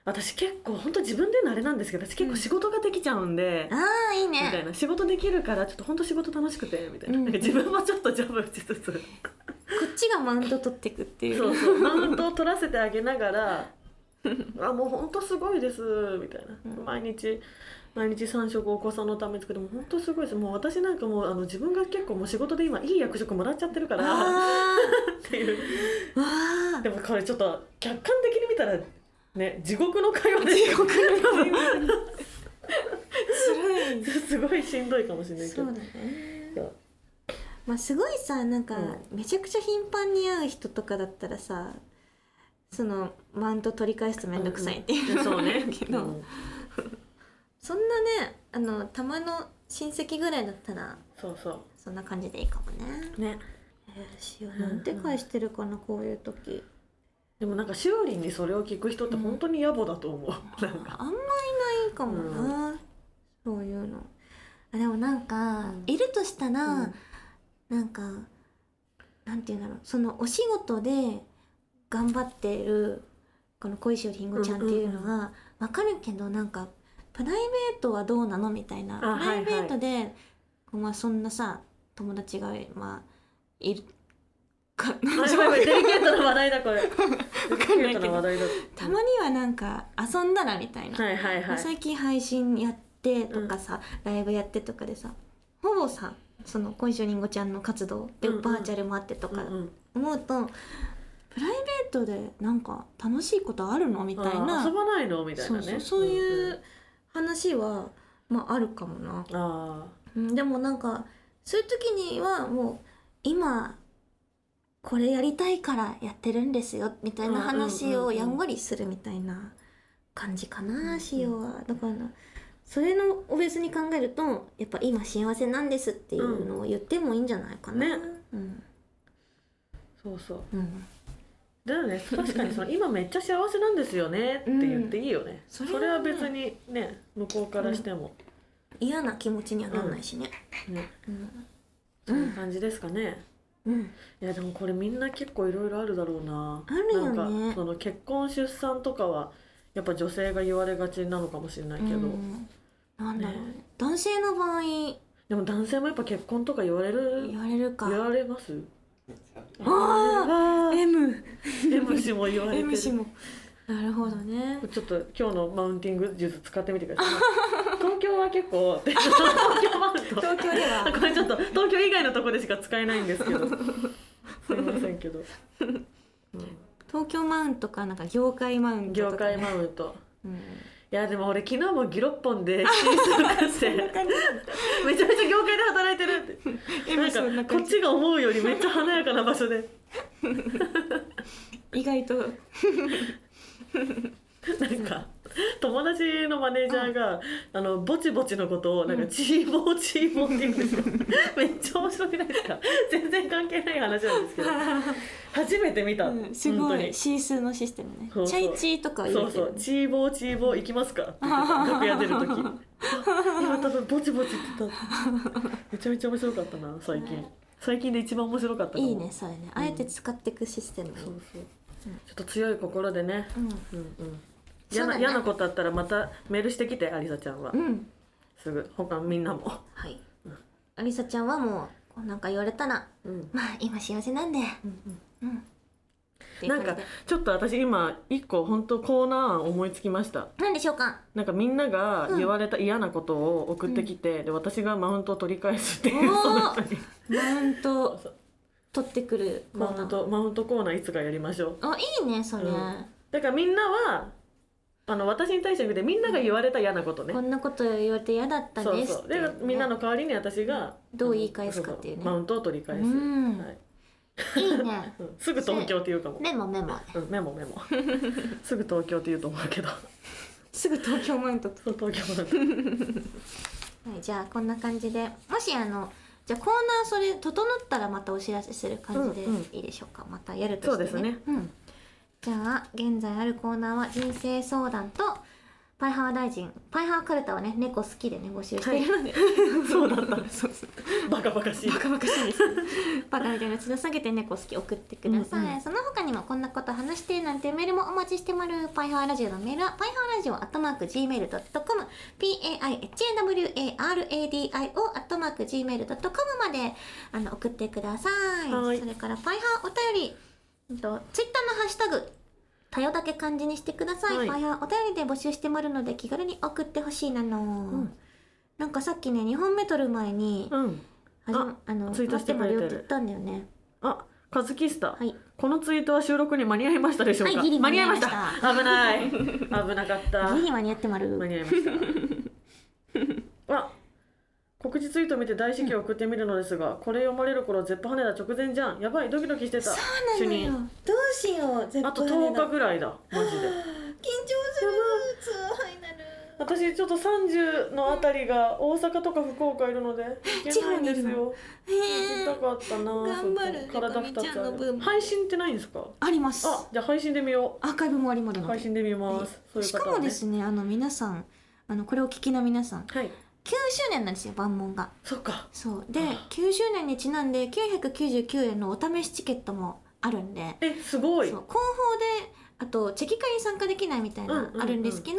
[SPEAKER 2] 私結構本当自分でのあれなんですけど私結構仕事ができちゃうんで、
[SPEAKER 1] ああいい
[SPEAKER 2] みたい
[SPEAKER 1] ね
[SPEAKER 2] な仕事できるからちょっと本当仕事楽しくてみたいな,、
[SPEAKER 1] うん
[SPEAKER 2] なんか自分もちょっとジャブ打ちつつ
[SPEAKER 1] こっちがマウント取ってくっていう
[SPEAKER 2] そうそうマウントを取らせてあげなが ら「あもう本当すごいです」みたいな、毎日毎日3食お子さんのため作ってもう本当すごいですもう私なんかもうあの自分が結構もう仕事で今いい役職もらっちゃっ てるから
[SPEAKER 1] あ
[SPEAKER 2] っていう
[SPEAKER 1] ーわ
[SPEAKER 2] でもこれちょっと客観的に見たらね地獄の会話で地獄
[SPEAKER 1] ーつ
[SPEAKER 2] すごいしんどいかもしれな
[SPEAKER 1] ら
[SPEAKER 2] い
[SPEAKER 1] い
[SPEAKER 2] け
[SPEAKER 1] そ
[SPEAKER 2] ど
[SPEAKER 1] うだね
[SPEAKER 2] そう
[SPEAKER 1] まあすごいさなんか、
[SPEAKER 2] う
[SPEAKER 1] めちゃくちゃ頻繁に会う人とかだったらさそのマウント取り返すとめんどくさいっていう、
[SPEAKER 2] そうね
[SPEAKER 1] けど、
[SPEAKER 2] うん
[SPEAKER 1] そんなねあのたまの親戚ぐらいだったら
[SPEAKER 2] そうそ
[SPEAKER 1] そんな感じでいいかもね
[SPEAKER 2] うね
[SPEAKER 1] しおなんて返してるかなこういう時
[SPEAKER 2] でもなんかしおりんにそれを聞く人って本当に野暮だと思う、なんか
[SPEAKER 1] あんまいないかもな、そういうのあでもなんか、
[SPEAKER 2] うん
[SPEAKER 1] いるとしたら、
[SPEAKER 2] うん
[SPEAKER 1] なんかなんていうんだろうそのお仕事で頑張ってるこの小石よりんごちゃんっていうのはわかるけどなんかプライベートはどうなのみたいな
[SPEAKER 2] あ
[SPEAKER 1] プ
[SPEAKER 2] は
[SPEAKER 1] ラ
[SPEAKER 2] いは
[SPEAKER 1] イ
[SPEAKER 2] い
[SPEAKER 1] ベートで、まあ、そんなさ友達がまあいるか
[SPEAKER 2] やばいやばいデリケートな話題 だこれ。デリケ
[SPEAKER 1] かんないけ
[SPEAKER 2] ー
[SPEAKER 1] ど
[SPEAKER 2] トな話題だ。
[SPEAKER 1] たまにはなんか遊んだらみたいな、
[SPEAKER 2] はいはいはい。
[SPEAKER 1] 最近配信やってとかさ、ライブやってとかでさほぼさその今週りんごちゃんの活動で
[SPEAKER 2] うんうん
[SPEAKER 1] バーチャルもあってと
[SPEAKER 2] うん
[SPEAKER 1] か
[SPEAKER 2] うん
[SPEAKER 1] 思うと、プライベートでなんか楽しいことあるのみたい
[SPEAKER 2] あ
[SPEAKER 1] な
[SPEAKER 2] ー遊ばないのみたい
[SPEAKER 1] そ
[SPEAKER 2] な
[SPEAKER 1] うそ
[SPEAKER 2] ね。
[SPEAKER 1] うそうい
[SPEAKER 2] んん
[SPEAKER 1] う。話は、まあ、あるかもな、
[SPEAKER 2] あ
[SPEAKER 1] うん、でもなんかそういう時にはもう今これやりたいからやってるんですよみたいな話
[SPEAKER 2] うんうんうん
[SPEAKER 1] を
[SPEAKER 2] うん
[SPEAKER 1] やんわりするみたいな感じかなしようはだからそれのお別に考えるとやっぱ今幸せなんですっていうのを言ってもいいんじゃないかな、
[SPEAKER 2] ね
[SPEAKER 1] うん
[SPEAKER 2] ーそうそう。
[SPEAKER 1] うん、
[SPEAKER 2] だよね確かにその今めっちゃ幸せなんですよねって言っていいよね。
[SPEAKER 1] そ
[SPEAKER 2] そ
[SPEAKER 1] れ
[SPEAKER 2] れ
[SPEAKER 1] は
[SPEAKER 2] は
[SPEAKER 1] ね
[SPEAKER 2] 別にね向こうからしても
[SPEAKER 1] 嫌な気持ちにはなんないしね
[SPEAKER 2] ね
[SPEAKER 1] うん
[SPEAKER 2] そういう感じですかね。
[SPEAKER 1] うん
[SPEAKER 2] いやでもこれみんな結構いろいろあるだろうな。
[SPEAKER 1] あるよね
[SPEAKER 2] なんかその結婚出産とかはやっぱ女性が言われがちなのかもしれないけど、
[SPEAKER 1] うんなんだろうね
[SPEAKER 2] ね
[SPEAKER 1] 男性の場合
[SPEAKER 2] でも男性もやっぱ結婚とか言われる
[SPEAKER 1] 言われるか
[SPEAKER 2] 言われます。
[SPEAKER 1] あ
[SPEAKER 2] あ
[SPEAKER 1] ー M
[SPEAKER 2] ー M 氏も言われてる
[SPEAKER 1] M 氏もなるほどね
[SPEAKER 2] ちょっと今日のマウンティング術使ってみてくだ さい。東京は結構東京マウント。
[SPEAKER 1] 東京では
[SPEAKER 2] これちょっと東京以外のとこでしか使えないんですけど。すいません けど。
[SPEAKER 1] 東京マウントかなんか業界マウント
[SPEAKER 2] 業
[SPEAKER 1] とかね、
[SPEAKER 2] 界マウント。
[SPEAKER 1] うん
[SPEAKER 2] いやでも俺昨日もギロッポ ンで新作してめちゃめちゃ業界で働いてるって
[SPEAKER 1] 今そん
[SPEAKER 2] な
[SPEAKER 1] なん
[SPEAKER 2] かこ
[SPEAKER 1] 感
[SPEAKER 2] っ
[SPEAKER 1] じ
[SPEAKER 2] ちが思うよりめっちゃ華やかな場 所で
[SPEAKER 1] 意外と
[SPEAKER 2] なんか友達のマネージャーがあのぼちぼちのことをなんかチーボーチーボーって言 うんですよめっちゃ面白くないですか全然関係ない話な んですけど初めて見た、
[SPEAKER 1] うんす
[SPEAKER 2] 本
[SPEAKER 1] ご
[SPEAKER 2] 当に
[SPEAKER 1] いシースーのシステムね
[SPEAKER 2] そうそう
[SPEAKER 1] チャイチーとかは言
[SPEAKER 2] そう
[SPEAKER 1] て
[SPEAKER 2] そ
[SPEAKER 1] る
[SPEAKER 2] うチーボーチーボー行きますかって言ってた楽屋出る 時あ今多分ぼちぼちって言っためちゃめちゃ面白かったな最近最近で一番面白かったかも
[SPEAKER 1] いいねそれねあえて使っていくシステム、
[SPEAKER 2] そうそうちょっと強い心でね
[SPEAKER 1] う
[SPEAKER 2] うんうん嫌な
[SPEAKER 1] そうだね
[SPEAKER 2] 嫌なことあったらまたメールしてきてありさちゃんは
[SPEAKER 1] ん、うん、
[SPEAKER 2] すぐ他みんなも
[SPEAKER 1] はいありさちゃんはもうこうなんか言われたら
[SPEAKER 2] うん
[SPEAKER 1] まあ今幸せなんでうんっていう
[SPEAKER 2] なん
[SPEAKER 1] 感じで
[SPEAKER 2] かちょっと私今一個本当コーナー案思いつきました
[SPEAKER 1] なんでしょう か
[SPEAKER 2] なんかみんなが言われた嫌なことを送ってきて、で私がマウントを取り返すっていう
[SPEAKER 1] おー
[SPEAKER 2] その人に
[SPEAKER 1] マウント
[SPEAKER 2] そう
[SPEAKER 1] 取ってくるコ
[SPEAKER 2] マ
[SPEAKER 1] ーナ
[SPEAKER 2] ウン
[SPEAKER 1] ー
[SPEAKER 2] トマウントコーナーいつかやりましょう
[SPEAKER 1] あいいねそれ、
[SPEAKER 2] うんだからみんなはあの私に対してじゃなくてみんなが言われた嫌なことね、
[SPEAKER 1] こんなこと言われて嫌だった
[SPEAKER 2] そう
[SPEAKER 1] です
[SPEAKER 2] そう
[SPEAKER 1] って
[SPEAKER 2] で
[SPEAKER 1] いね
[SPEAKER 2] みんなの代わりに私が
[SPEAKER 1] どう言い返すかっていうね
[SPEAKER 2] そそマウントを取り返す、
[SPEAKER 1] うん
[SPEAKER 2] はい
[SPEAKER 1] いいね
[SPEAKER 2] うんすぐ東京って言うかも、
[SPEAKER 1] メモメモ
[SPEAKER 2] うん、メモメ モすぐ東京って言うと思うけど
[SPEAKER 1] すぐ東京マウントと
[SPEAKER 2] そう東京な んだ
[SPEAKER 1] はいじゃあこんな感じでもしあのじゃあコーナーそれ整ったらまたお知らせする感じで
[SPEAKER 2] うんうん
[SPEAKER 1] いいでしょうか、またやるとして、ね、
[SPEAKER 2] そうですね
[SPEAKER 1] ん、じゃあ現在あるコーナーは人生相談とパイハワ大臣パイハワカルタはね猫好きでね募集しているので、
[SPEAKER 2] そうだったそうバカバカしい
[SPEAKER 1] バカバカしいです ねバカみたいなつら下げて猫好き送ってください、
[SPEAKER 2] うんう
[SPEAKER 1] その他にもこんなこと話してなんてメールもお待ちしてまるパイハワラジオのメールはパイハワラジオアットマーク Gmail.com paihawaradio アットマーク Gmail.com まであの送ってください
[SPEAKER 2] はい
[SPEAKER 1] それからパイハワお便りうんとツイッターのハッシュタグたよだけ漢字にしてください、
[SPEAKER 2] はい
[SPEAKER 1] パイハワお便りで募集してまるので気軽に送ってほしいなの、
[SPEAKER 2] ん
[SPEAKER 1] なんかさっきね2本目撮る前に、
[SPEAKER 2] うん
[SPEAKER 1] あじめあの
[SPEAKER 2] ツイートしてくれてる
[SPEAKER 1] 待ってもらうって言ったんだよね。
[SPEAKER 2] あカズキスタ、
[SPEAKER 1] はい。
[SPEAKER 2] このツイートは収録に間に合いましたでしょうか、
[SPEAKER 1] はいギリ間に合いました
[SPEAKER 2] 間に合いました危ない危なかった
[SPEAKER 1] ギリ間に合ってま
[SPEAKER 2] 間
[SPEAKER 1] る。
[SPEAKER 2] に合い ましたあ告知ツイート見て大至急送ってみるのですが、これ読まれる頃ゼップ羽田直前じゃんやばいドキドキしてた
[SPEAKER 1] そうなのよ。どうしよう。絶
[SPEAKER 2] あと
[SPEAKER 1] 緊
[SPEAKER 2] 10日ぐらいだマジで
[SPEAKER 1] 張する。痛いなる。
[SPEAKER 2] 私ちょっと30のあたりが大阪とか福岡いるので行けないんで
[SPEAKER 1] 地方に
[SPEAKER 2] す
[SPEAKER 1] いる
[SPEAKER 2] よ行きた
[SPEAKER 1] へえ。
[SPEAKER 2] かったな
[SPEAKER 1] 頑張る
[SPEAKER 2] ちょっと体
[SPEAKER 1] ねこみちゃんの
[SPEAKER 2] 2つあ
[SPEAKER 1] 分
[SPEAKER 2] る
[SPEAKER 1] も
[SPEAKER 2] 配信ってないんですか
[SPEAKER 1] あります。
[SPEAKER 2] あじゃあ配信で見よ
[SPEAKER 1] アーカイブもありまる
[SPEAKER 2] う
[SPEAKER 1] の
[SPEAKER 2] 配
[SPEAKER 1] で。
[SPEAKER 2] 信で見ます、そういう
[SPEAKER 1] し
[SPEAKER 2] 方は
[SPEAKER 1] かもですね、あの皆さん、あのこれをお聞きの皆さん、9
[SPEAKER 2] はい
[SPEAKER 1] 周年なんですよ、万門が。
[SPEAKER 2] そっか
[SPEAKER 1] そう。で、9周年にちなんで999円のお試しチケットもあるんで、
[SPEAKER 2] えすごい
[SPEAKER 1] そう後方であとチェキ会に参加できないみたい
[SPEAKER 2] うんう
[SPEAKER 1] なん
[SPEAKER 2] うん
[SPEAKER 1] あるんですけど、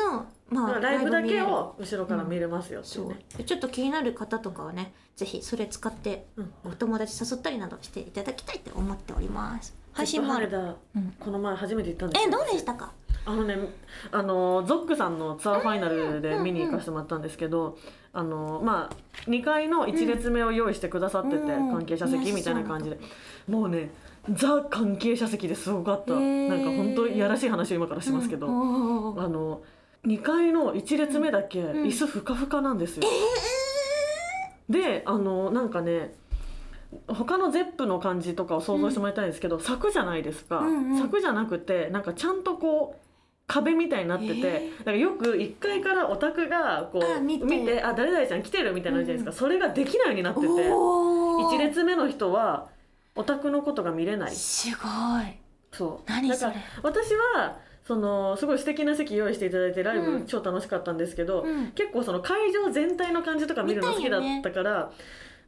[SPEAKER 1] まあ
[SPEAKER 2] ライブだ
[SPEAKER 1] ライブ見
[SPEAKER 2] け
[SPEAKER 1] れる
[SPEAKER 2] を後ろから見れますよってい
[SPEAKER 1] そうう
[SPEAKER 2] ね、
[SPEAKER 1] でちょっと気になる方とかはねぜひそれ使って
[SPEAKER 2] うん
[SPEAKER 1] お友達誘ったりなどしていただきたいって思っております配信もある、
[SPEAKER 2] ジェットハイダー
[SPEAKER 1] うん
[SPEAKER 2] この前初めて行ったんです
[SPEAKER 1] え
[SPEAKER 2] よ
[SPEAKER 1] どうでしたか
[SPEAKER 2] あのね、あのゾックさんのツアーファイナルで見に行かせてもらったんですけど、あのまあ2階の1列目を用意してくださってて、
[SPEAKER 1] うん
[SPEAKER 2] 関係者席みたいな感じで、もうねザ関係者席ですごかった、
[SPEAKER 1] へー
[SPEAKER 2] なんか本当いやらしい話を今からしますけど、
[SPEAKER 1] うんおー
[SPEAKER 2] あの2階の1列目だけ
[SPEAKER 1] ん
[SPEAKER 2] 椅子ふかふかなんですよ。であのなんかね他のゼップの感じとかを想像してもらいたいんですけど、柵じゃないですか、
[SPEAKER 1] うんうん
[SPEAKER 2] 柵じゃなくてなんかちゃんとこう壁みたいになってて、
[SPEAKER 1] えー
[SPEAKER 2] だからよく1階からオタクがこ
[SPEAKER 1] あ
[SPEAKER 2] う
[SPEAKER 1] 見て
[SPEAKER 2] 見てあ誰々ちゃん来てるみたいなのあるじゃないですか、それができないようになってて
[SPEAKER 1] お
[SPEAKER 2] 1
[SPEAKER 1] ー
[SPEAKER 2] 列目の人はオタクのことが見れない
[SPEAKER 1] すごい
[SPEAKER 2] そう
[SPEAKER 1] 何
[SPEAKER 2] だか
[SPEAKER 1] そ
[SPEAKER 2] ら
[SPEAKER 1] れ
[SPEAKER 2] 私はそのすごい素敵な席用意していただいてライブ、
[SPEAKER 1] うん
[SPEAKER 2] 超楽しかったんですけど、
[SPEAKER 1] うん
[SPEAKER 2] 結構その会場全体の感じとか見るの好きだったから、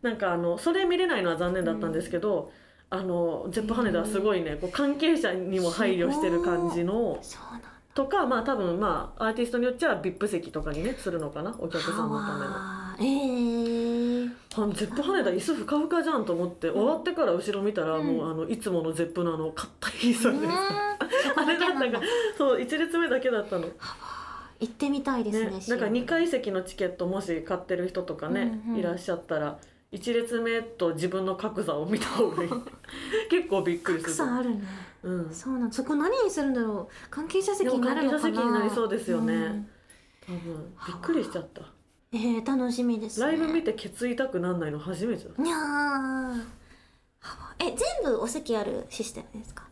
[SPEAKER 2] なんかあのそれ見れないのは残念だったんですけど、あのゼップハネダはすごいね、こう関係者にも配慮してる感じの
[SPEAKER 1] そうなんだ
[SPEAKER 2] とかまあ多分まあアーティストによっちゃ VIP 席とかにねするのかなお客さんのため
[SPEAKER 1] は
[SPEAKER 2] の。
[SPEAKER 1] あえー、
[SPEAKER 2] あのゼップハネダ椅子ふかふかじゃんと思って、終わってから後ろ見たら、
[SPEAKER 1] うん
[SPEAKER 2] もうあのいつものゼップのあの硬い椅 子あるじゃないですか
[SPEAKER 1] うん
[SPEAKER 2] あれだったが、そう一列目だけだったの。ね、
[SPEAKER 1] 行ってみたいですね
[SPEAKER 2] なんか二階席のチケットもし買ってる人とかね、
[SPEAKER 1] うんうん
[SPEAKER 2] いらっしゃったら。一列目と自分の格差を見た方 がいい。結構びっくり
[SPEAKER 1] たく
[SPEAKER 2] す
[SPEAKER 1] さ
[SPEAKER 2] る
[SPEAKER 1] ん。あるね
[SPEAKER 2] うん。
[SPEAKER 1] そうなんそこ何にするんだろう関係者席になるのかな
[SPEAKER 2] でも関係者席になりそうですよね
[SPEAKER 1] ん
[SPEAKER 2] 多分びっくりしちゃった。
[SPEAKER 1] えー、楽しみです、ね、
[SPEAKER 2] ライブ見てケツ痛くなんないの初めてだ。
[SPEAKER 1] にゃーえ全部お席あるシステムですか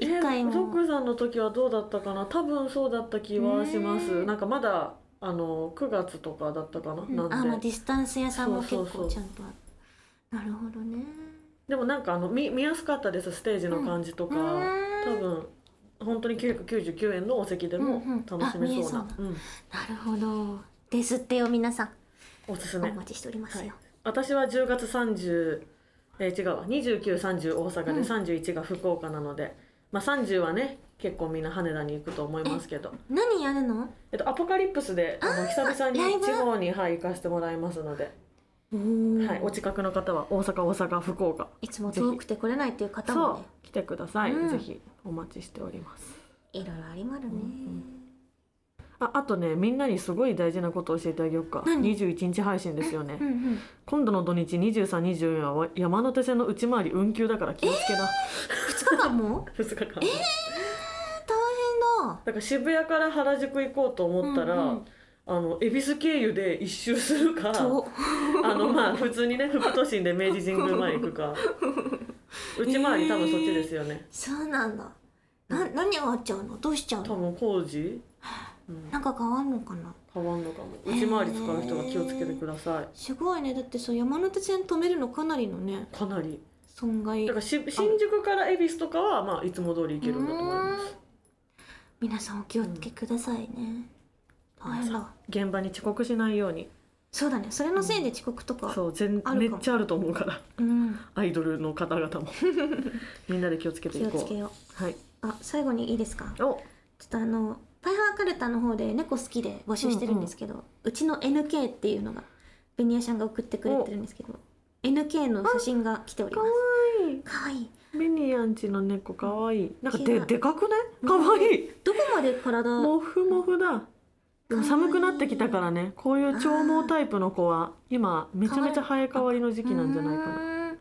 [SPEAKER 2] え
[SPEAKER 1] 一回も
[SPEAKER 2] ゾックさんの時はどうだったかな。多分そうだった気はします。なんかまだあの九月とかだったかな。
[SPEAKER 1] うん
[SPEAKER 2] なんで。
[SPEAKER 1] あまあディスタンス屋さんも結
[SPEAKER 2] そうそうそ
[SPEAKER 1] 構
[SPEAKER 2] う
[SPEAKER 1] ちゃんとあなるほどね
[SPEAKER 2] でもなんかあの見見やすかったですステージの感じとか、
[SPEAKER 1] うん
[SPEAKER 2] 多分本当に999円のお席で
[SPEAKER 1] う
[SPEAKER 2] も
[SPEAKER 1] んうん
[SPEAKER 2] 楽しめそう
[SPEAKER 1] あ
[SPEAKER 2] な
[SPEAKER 1] 見え、
[SPEAKER 2] うん
[SPEAKER 1] なるほどですってよ皆さん
[SPEAKER 2] おすす
[SPEAKER 1] お
[SPEAKER 2] め
[SPEAKER 1] 待ちしておりますよ、
[SPEAKER 2] 私は10月30えー違うわ2930大阪で、
[SPEAKER 1] うん
[SPEAKER 2] 31が福岡なので、まあ、30はね結構みんな羽田に行くと思いますけど、
[SPEAKER 1] 何やるの
[SPEAKER 2] えっと、アポカリプスであの久々
[SPEAKER 1] ライブ
[SPEAKER 2] に地方に、はい、行かせてもらいますので、
[SPEAKER 1] は
[SPEAKER 2] はい、お近くの方は大阪大阪福岡
[SPEAKER 1] いつも遠くて来れないっていう方も
[SPEAKER 2] そ
[SPEAKER 1] ね
[SPEAKER 2] う来てください、
[SPEAKER 1] うん
[SPEAKER 2] ぜひお待ちしております
[SPEAKER 1] いろいろありまるね、
[SPEAKER 2] ああとねみんなにすごい大事なことを教えてあげようか
[SPEAKER 1] 何
[SPEAKER 2] 21日配信ですよね、
[SPEAKER 1] うんうん
[SPEAKER 2] 今度の土日2324は山手線の内回り運休だから気をつけな、
[SPEAKER 1] 2日間も
[SPEAKER 2] 2日間、
[SPEAKER 1] 大変だ
[SPEAKER 2] だから渋谷から原宿行こうと思ったら、
[SPEAKER 1] うんうん
[SPEAKER 2] あの恵比寿経由で一周するか
[SPEAKER 1] そう
[SPEAKER 2] あのまあ普通にね副都心で明治神宮前行くか内回り多分そっちですよね、
[SPEAKER 1] そうなんだな何があっちゃうのどうしちゃう
[SPEAKER 2] 多
[SPEAKER 1] の
[SPEAKER 2] 分工事
[SPEAKER 1] なんか変わんのかな
[SPEAKER 2] 変わんのかも内回り使う人は気をつけてください
[SPEAKER 1] すごいねだってそう山手線止めるのかなりのね
[SPEAKER 2] かなり
[SPEAKER 1] 損害
[SPEAKER 2] だからし新宿から恵比寿とかはまあいつも通り行けるんだと思います
[SPEAKER 1] 皆さんお気をつけくださいね、大変だ
[SPEAKER 2] 現場に遅刻しないように
[SPEAKER 1] そうだねそれのせいで遅刻とか
[SPEAKER 2] そう全
[SPEAKER 1] ある
[SPEAKER 2] め
[SPEAKER 1] かも
[SPEAKER 2] っちゃあると思うから
[SPEAKER 1] うん
[SPEAKER 2] アイドルの方々 もみんなで気をつけてい
[SPEAKER 1] 気
[SPEAKER 2] こ
[SPEAKER 1] を
[SPEAKER 2] う
[SPEAKER 1] つけよ
[SPEAKER 2] はいう
[SPEAKER 1] あ最後にいいですかちょ
[SPEAKER 2] お
[SPEAKER 1] っとあのパイハーカルタの方で猫好きで募集してるんですけど、うちの NK っていうのがベニヤちゃんが送ってくれてるんですけど NK の写真が来ておりま
[SPEAKER 2] いい
[SPEAKER 1] すかわいい
[SPEAKER 2] ミニアンチの猫かわいいなんか
[SPEAKER 1] キ
[SPEAKER 2] で
[SPEAKER 1] ラ
[SPEAKER 2] でかくねかわいい
[SPEAKER 1] どこまで体
[SPEAKER 2] もふもふだで
[SPEAKER 1] かわい
[SPEAKER 2] も
[SPEAKER 1] い
[SPEAKER 2] 寒くなってきたからねこういう長毛タイプの子は今めちゃめちゃ生え変わりの時期なんじゃないかな
[SPEAKER 1] うーん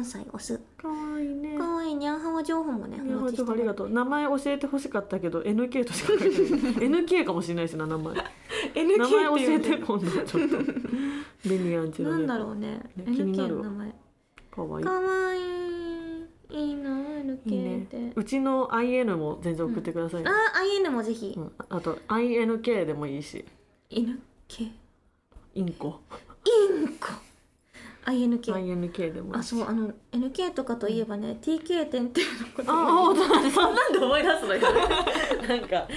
[SPEAKER 1] 4歳オス
[SPEAKER 2] かわいいね
[SPEAKER 1] かわいいニャンハワ情報もね
[SPEAKER 2] いや
[SPEAKER 1] お待ちして
[SPEAKER 2] ちょ
[SPEAKER 1] ま
[SPEAKER 2] っとあ
[SPEAKER 1] す
[SPEAKER 2] りがとう名前教えてほしかったけど NK としか書いてない NK かもしれないしな名前
[SPEAKER 1] NK
[SPEAKER 2] 名前教えて
[SPEAKER 1] っ
[SPEAKER 2] 今度ちょっとベニアンチ
[SPEAKER 1] てな
[SPEAKER 2] の
[SPEAKER 1] んだ
[SPEAKER 2] 猫
[SPEAKER 1] ろうね
[SPEAKER 2] ね
[SPEAKER 1] NK
[SPEAKER 2] 気になる
[SPEAKER 1] の
[SPEAKER 2] わ
[SPEAKER 1] 名前
[SPEAKER 2] かわいい
[SPEAKER 1] かわいいいいな NK
[SPEAKER 2] いいね
[SPEAKER 1] って、
[SPEAKER 2] うちの IN も全然送ってくださいね、
[SPEAKER 1] あ IN もぜひ、
[SPEAKER 2] うんあと INK でもいいし
[SPEAKER 1] 犬系イ
[SPEAKER 2] インコ
[SPEAKER 1] ンコ INK
[SPEAKER 2] INK でもい
[SPEAKER 1] あ
[SPEAKER 2] いし
[SPEAKER 1] そうあの NK とかといえばね、TK 点っていうのこ
[SPEAKER 2] ああ大 人そんなんで思い出すのよ なんか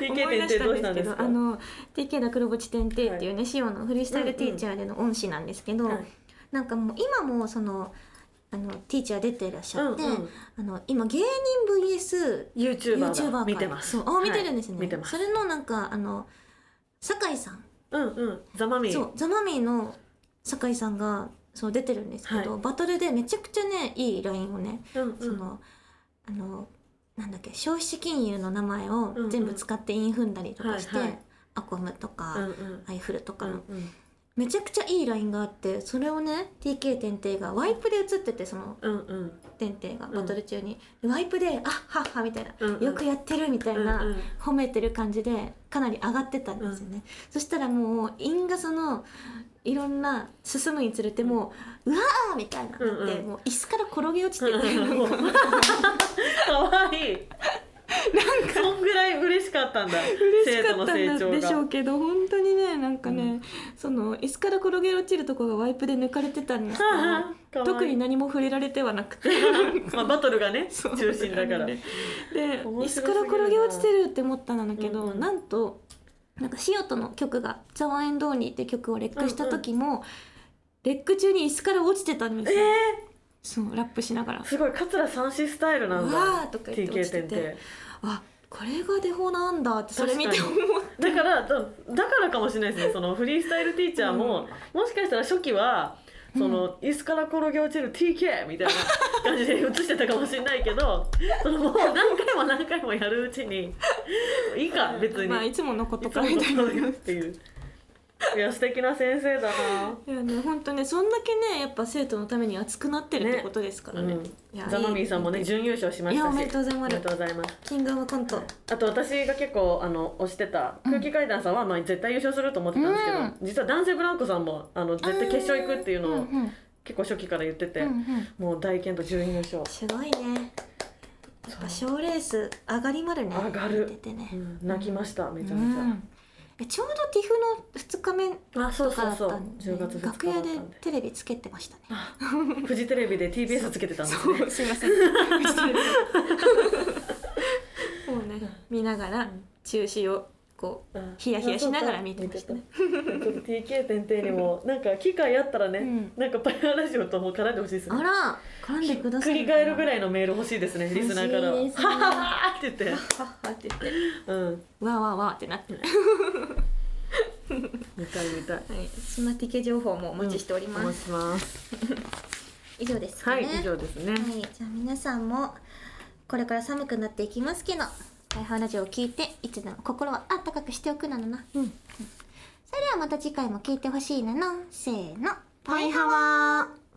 [SPEAKER 2] TK 点ってどうしたんですか
[SPEAKER 1] あの TK だ黒ぼち点定っていうね、シオのフリースタイルティーチャーでの恩師なんですけど、
[SPEAKER 2] はい
[SPEAKER 1] なんかもう今もそのあのティーチャー出ていらっしゃって、
[SPEAKER 2] うんうん
[SPEAKER 1] あの今芸人 VS
[SPEAKER 2] YouTuber だ
[SPEAKER 1] か
[SPEAKER 2] 見てま
[SPEAKER 1] そ
[SPEAKER 2] す
[SPEAKER 1] うあ見てるんですね、
[SPEAKER 2] はい見てます
[SPEAKER 1] それのなんかあの酒井さん
[SPEAKER 2] うんうんざまみ
[SPEAKER 1] そうザマミィの酒井さんがそう出てるんですけど、
[SPEAKER 2] は
[SPEAKER 1] バトルでめちゃくちゃねいいラインをね、
[SPEAKER 2] うんう
[SPEAKER 1] そ
[SPEAKER 2] ん
[SPEAKER 1] のあのなんだっけ消費者金融の名前を
[SPEAKER 2] うんうん
[SPEAKER 1] 全部使ってイン踏んだりとかして、
[SPEAKER 2] はいはい
[SPEAKER 1] アコムとか、
[SPEAKER 2] うんうん
[SPEAKER 1] アイフルとか
[SPEAKER 2] う
[SPEAKER 1] の、
[SPEAKER 2] んうん
[SPEAKER 1] めちゃくちゃいいラインがあってそれをね TK 天帝がワイプで映っててその
[SPEAKER 2] うんうん
[SPEAKER 1] 天帝が
[SPEAKER 2] ん
[SPEAKER 1] バトル中に、でワイプで「あはっは」みたいな、
[SPEAKER 2] うんうん
[SPEAKER 1] よくやってる」みたいな、
[SPEAKER 2] うんうん
[SPEAKER 1] 褒めてる感じでかなり上がってたんですよね、そしたらもうインがそのいろんな進むにつれてもう「うわー!」みたいななって、
[SPEAKER 2] うんうん
[SPEAKER 1] もう椅子から転げ落 ちてる、
[SPEAKER 2] うんうんかわいいなんかそんぐらい嬉しかったんだ
[SPEAKER 1] 嬉しかった
[SPEAKER 2] 生徒の
[SPEAKER 1] ん
[SPEAKER 2] 成
[SPEAKER 1] でし
[SPEAKER 2] 長
[SPEAKER 1] ょ
[SPEAKER 2] が
[SPEAKER 1] うけど本当にねなんかね、その椅子から転げ落ちるとこがワイプで抜かれてたんですけ
[SPEAKER 2] かわい
[SPEAKER 1] ど
[SPEAKER 2] い
[SPEAKER 1] 特に何も触れられてはなくて
[SPEAKER 2] まあバトルがね
[SPEAKER 1] そう
[SPEAKER 2] 中心だから
[SPEAKER 1] で
[SPEAKER 2] 面白
[SPEAKER 1] 椅
[SPEAKER 2] す
[SPEAKER 1] 子
[SPEAKER 2] ぎ
[SPEAKER 1] か
[SPEAKER 2] るな
[SPEAKER 1] ら転げ落ちてるって思ったんだけど、
[SPEAKER 2] うんうん
[SPEAKER 1] なんとなんか塩との曲が「ザワエンドーニー」って曲をレックした時も、レック中に椅子から落ちてたんですよ、そうラップしながら。
[SPEAKER 2] すごい桂三枝スタイルなんだ
[SPEAKER 1] うわーとか言って落ちてて
[SPEAKER 2] TK 点
[SPEAKER 1] あこれがデフォなんだってそれ見て思
[SPEAKER 2] 確
[SPEAKER 1] っ
[SPEAKER 2] かだからだだからかもしれないですねそのフリースタイルティーチャーも、もしかしたら初期はその、椅子から転げ落ちる TK みたいな感じで映してたかもしれないけどそのもう何回も何回もやるうちにいいか別
[SPEAKER 1] た、
[SPEAKER 2] に、
[SPEAKER 1] まあ、い
[SPEAKER 2] い
[SPEAKER 1] つものこと
[SPEAKER 2] つ
[SPEAKER 1] か
[SPEAKER 2] も
[SPEAKER 1] みたいな
[SPEAKER 2] そういうっていういや素敵な先生だない
[SPEAKER 1] やね本当ねそんだけねやっぱ生徒のために熱くなってるってことですからね。いや
[SPEAKER 2] ザマミーさんもね
[SPEAKER 1] いい
[SPEAKER 2] 準優勝しましたし
[SPEAKER 1] いやおめでとうございます
[SPEAKER 2] おめでとうございます
[SPEAKER 1] キングオブコント。
[SPEAKER 2] あと私が結構あの推してた空気階段さんは、まあ、絶対優勝すると思ってたんですけど、
[SPEAKER 1] うん
[SPEAKER 2] 実は男性ブランコさんもあの絶対決勝行くっていうの
[SPEAKER 1] ん
[SPEAKER 2] を
[SPEAKER 1] ん
[SPEAKER 2] 結構初期から言ってて、
[SPEAKER 1] うんうん
[SPEAKER 2] もう大健と準優勝、
[SPEAKER 1] すごいね。やっぱ賞ーレース上がりまでね。
[SPEAKER 2] 上がる
[SPEAKER 1] 出てね
[SPEAKER 2] う。ん泣きましためちゃ
[SPEAKER 1] う
[SPEAKER 2] めちゃ、
[SPEAKER 1] んえちょうどティフの2日目
[SPEAKER 2] あそう
[SPEAKER 1] とか
[SPEAKER 2] そ
[SPEAKER 1] だ
[SPEAKER 2] う
[SPEAKER 1] っ
[SPEAKER 2] そう
[SPEAKER 1] たんで、
[SPEAKER 2] 10月2日だっ
[SPEAKER 1] 楽
[SPEAKER 2] たんで
[SPEAKER 1] 屋でテレビつけてましたね。
[SPEAKER 2] フジテレビで TBS つけてたんですね
[SPEAKER 1] うすいま せん。もうね見ながら中止をこう
[SPEAKER 2] うん
[SPEAKER 1] ヒヤヒヤしながら見てましたね。
[SPEAKER 2] ちょっと TK 天帝にもなんか機会あったらね、
[SPEAKER 1] ん
[SPEAKER 2] なんかパイハラジオとも絡んでほしいですね
[SPEAKER 1] あら噛んでくださ
[SPEAKER 2] 繰
[SPEAKER 1] い
[SPEAKER 2] り返るぐらいのメール欲しいですねリスナーからは「は
[SPEAKER 1] 欲しいですね
[SPEAKER 2] ははは」って言って
[SPEAKER 1] はって言って
[SPEAKER 2] うん
[SPEAKER 1] わーわーわーってなってる、
[SPEAKER 2] 見たい見たい
[SPEAKER 1] はい、そんな TK 情報もお待ちしており
[SPEAKER 2] お
[SPEAKER 1] ます、
[SPEAKER 2] 待ちします
[SPEAKER 1] 以上ですか
[SPEAKER 2] は
[SPEAKER 1] ね
[SPEAKER 2] い以上ですね
[SPEAKER 1] はいじゃあ皆さんもこれから寒くなっていきますけど「ハイハーラジオ」を聞いていつでも心はあったかくしておくなのな、うん、それではまた次回も聞いてほしいなのせーの「パイハワー」